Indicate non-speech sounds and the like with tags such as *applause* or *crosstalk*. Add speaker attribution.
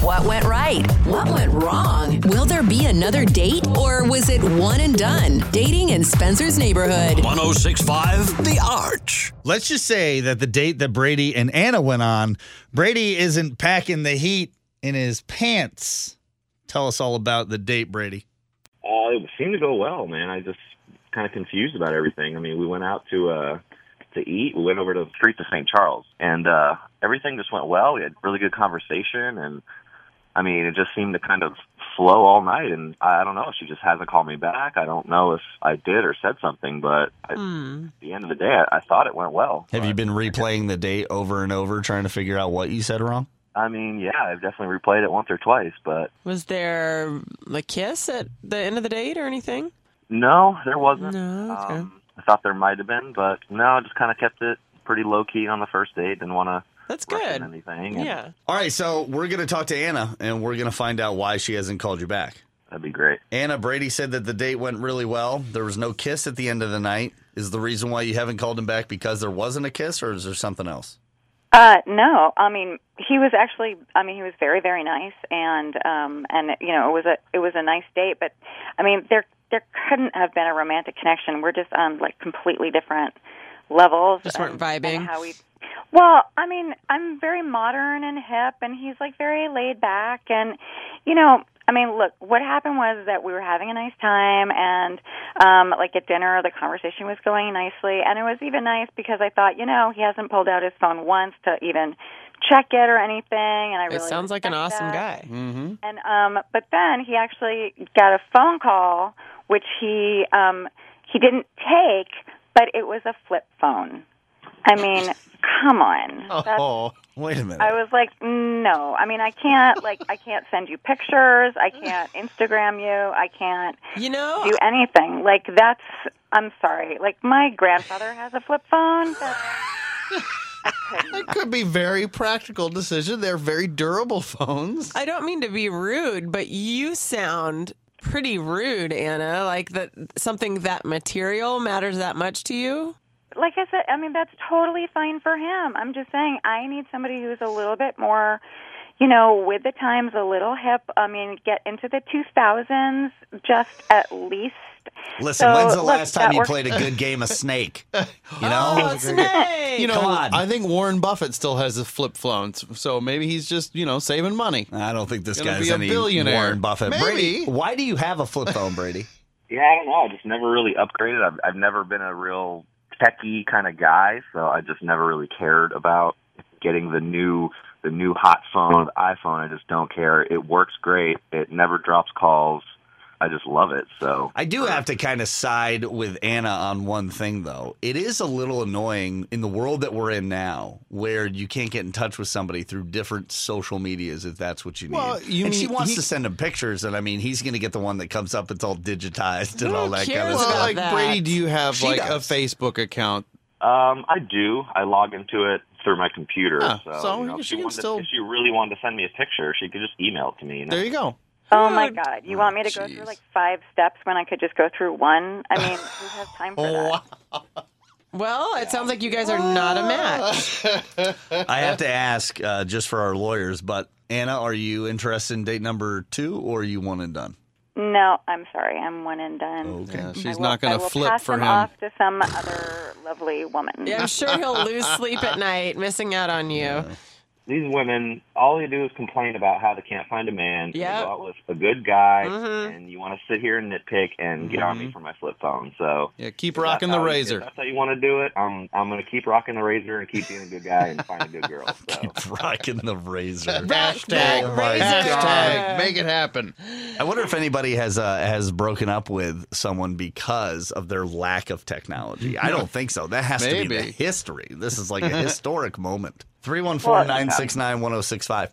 Speaker 1: What went right? What went wrong? Will there be another date or was it one and done? Dating in Spencer's neighborhood.
Speaker 2: 1065 The Arch.
Speaker 3: Let's just say that the date that Brady and Anna went on, Brady isn't packing the heat in his pants. Tell us all about the date, Brady.
Speaker 4: Uh, it seemed to go well, man. I just kind of confused about everything. I mean, we went out to uh, to eat. We went over to the street to St. Charles, and uh, everything just went well. We had really good conversation, and I mean, it just seemed to kind of flow all night. And I I don't know. She just hasn't called me back. I don't know if I did or said something, but I, at the end of the day, I, I thought it went well.
Speaker 2: Have you been replaying the date over and over, trying to figure out what you said wrong?
Speaker 4: I mean, yeah, I've definitely replayed it once or twice, but
Speaker 5: Was there a kiss at the end of the date or anything?
Speaker 4: No, there wasn't.
Speaker 5: No, okay.
Speaker 4: um, I thought there might have been, but no, I just kind of kept it pretty low key on the first date. Didn't want to
Speaker 5: That's
Speaker 4: rush
Speaker 5: good.
Speaker 4: in anything. and
Speaker 5: Yeah.
Speaker 2: All right, so we're going to talk to Anna and we're going to find out why she hasn't called you back.
Speaker 4: that'd be great.
Speaker 2: Anna Brady said that the date went really well. There was no kiss at the end of the night. Is the reason why you haven't called him back because there wasn't a kiss or is there something else?
Speaker 6: Uh, no, I mean he was actually. I mean he was very very nice, and um, and you know it was a it was a nice date, but I mean there there couldn't have been a romantic connection. We're just on like completely different levels.
Speaker 5: Just weren't
Speaker 6: and-
Speaker 5: vibing.
Speaker 6: And how we. Well, I mean I'm very modern and hip, and he's like very laid back, and you know. I mean, look, what happened was that we were having a nice time and um like at dinner the conversation was going nicely and it was even nice because I thought, you know, he hasn't pulled out his phone once to even check it or anything and I
Speaker 5: It
Speaker 6: really
Speaker 5: sounds like an
Speaker 6: respect
Speaker 5: awesome
Speaker 6: that.
Speaker 5: guy.
Speaker 6: And um but then he actually got a phone call which he um he didn't take, but it was a flip phone. I mean, come on. That's
Speaker 2: Oh, wait a minute.
Speaker 6: I was like, no. I mean, I can't like I can't send you pictures. I can't Instagram you. I can't
Speaker 5: You know,
Speaker 6: do anything. Like that's I'm sorry. Like my grandfather has a flip phone. That's,
Speaker 7: It could be very practical decision. They're very durable phones.
Speaker 5: I don't mean to be rude, but you sound pretty rude, Anna. Like that something that material matters that much to you?
Speaker 6: like I said, I mean that's totally fine for him. I'm just saying I need somebody who's a little bit more you know, with the times, a little hip. I mean, get into the 2000s, just at least.
Speaker 2: Listen,
Speaker 6: So,
Speaker 2: when's the
Speaker 6: look,
Speaker 2: last time
Speaker 6: that
Speaker 2: you
Speaker 6: works-
Speaker 2: played a good game of
Speaker 7: *laughs*
Speaker 2: snake? You know?
Speaker 5: Oh, snake.
Speaker 7: You know,
Speaker 2: Come on.
Speaker 7: I think Warren Buffett still has his flip phone, s- so maybe he's just you know saving money.
Speaker 2: I don't think this
Speaker 7: Gonna
Speaker 2: guy's
Speaker 7: be a
Speaker 2: any
Speaker 7: billionaire.
Speaker 2: Warren Buffett.
Speaker 7: Maybe.
Speaker 2: Brady, why do you have a flip phone, Brady?
Speaker 4: Yeah, I don't know. I just never really upgraded. I've, I've never been a real techie kind of guy, so I just never really cared about getting the new the new hot phone, the iPhone. I just don't care. It works great. It never drops calls. I just love it. So
Speaker 2: I do have to kind of side with Anna on one thing, though. It is a little annoying in the world that we're in now, where you can't get in touch with somebody through different social medias if that's what you need.
Speaker 7: Well, you
Speaker 2: and she
Speaker 7: mean-
Speaker 2: wants
Speaker 7: he-
Speaker 2: to send him pictures, and I mean, he's going to get the one that comes up. It's all digitized and
Speaker 5: Who
Speaker 2: all that kind
Speaker 5: cares
Speaker 2: of
Speaker 5: about
Speaker 7: Well,
Speaker 2: stuff.
Speaker 7: like
Speaker 5: that.
Speaker 7: Brady, do you have
Speaker 2: She
Speaker 7: like
Speaker 2: does.
Speaker 7: a Facebook account?
Speaker 4: um, I do. I log into it through my computer.
Speaker 7: Huh.
Speaker 4: So,
Speaker 7: So
Speaker 4: you know, if
Speaker 7: she can
Speaker 4: wanted to-
Speaker 7: still-
Speaker 4: if she really wanted to send me a picture, she could just email it to me. You know?
Speaker 7: There you go.
Speaker 6: Oh my
Speaker 5: Good.
Speaker 6: God! You want me to go
Speaker 7: jeez.
Speaker 6: through like five steps when I could just go through one?
Speaker 2: *laughs*
Speaker 6: I mean, who has time
Speaker 5: Oh,
Speaker 6: for that?
Speaker 5: Well, it sounds like you guys are not a match.
Speaker 2: I have to ask uh, just for our lawyers, but Anna, are you interested in date number two, or are you one and done? *laughs*
Speaker 6: No, I'm sorry. I'm one and done.
Speaker 2: Okay.
Speaker 7: Yeah,
Speaker 6: I
Speaker 7: she's
Speaker 6: will-
Speaker 7: not going
Speaker 6: I
Speaker 7: to
Speaker 6: will
Speaker 7: flip
Speaker 6: pass
Speaker 7: for
Speaker 6: him,
Speaker 7: him.
Speaker 6: off to some other lovely woman.
Speaker 5: Yeah, I'm sure he'll lose sleep at night, missing out on you.
Speaker 4: these women, all they do is complain about how they can't find a man. They
Speaker 5: Yep.
Speaker 4: go out with a good guy,
Speaker 7: Mm-hmm.
Speaker 4: and you want to sit here and nitpick and get on me for my flip phone. So
Speaker 7: Yeah,
Speaker 4: if
Speaker 7: keep Mm-hmm. rocking
Speaker 4: that's
Speaker 7: the
Speaker 4: how- if
Speaker 7: razor.
Speaker 4: that's how you want to do it. I'm I'm gonna keep rocking the razor and keep being a good guy and find a good
Speaker 7: *laughs*
Speaker 4: girl. So
Speaker 2: Rocking the razor.
Speaker 7: Hashtag,
Speaker 2: Oh my
Speaker 7: hashtag, make it happen.
Speaker 2: I wonder if anybody has uh, has broken up with someone because of their lack of technology. I don't think so. That has to be the
Speaker 7: Maybe.
Speaker 2: oh history. This is like a historic moment. 314 969 1065.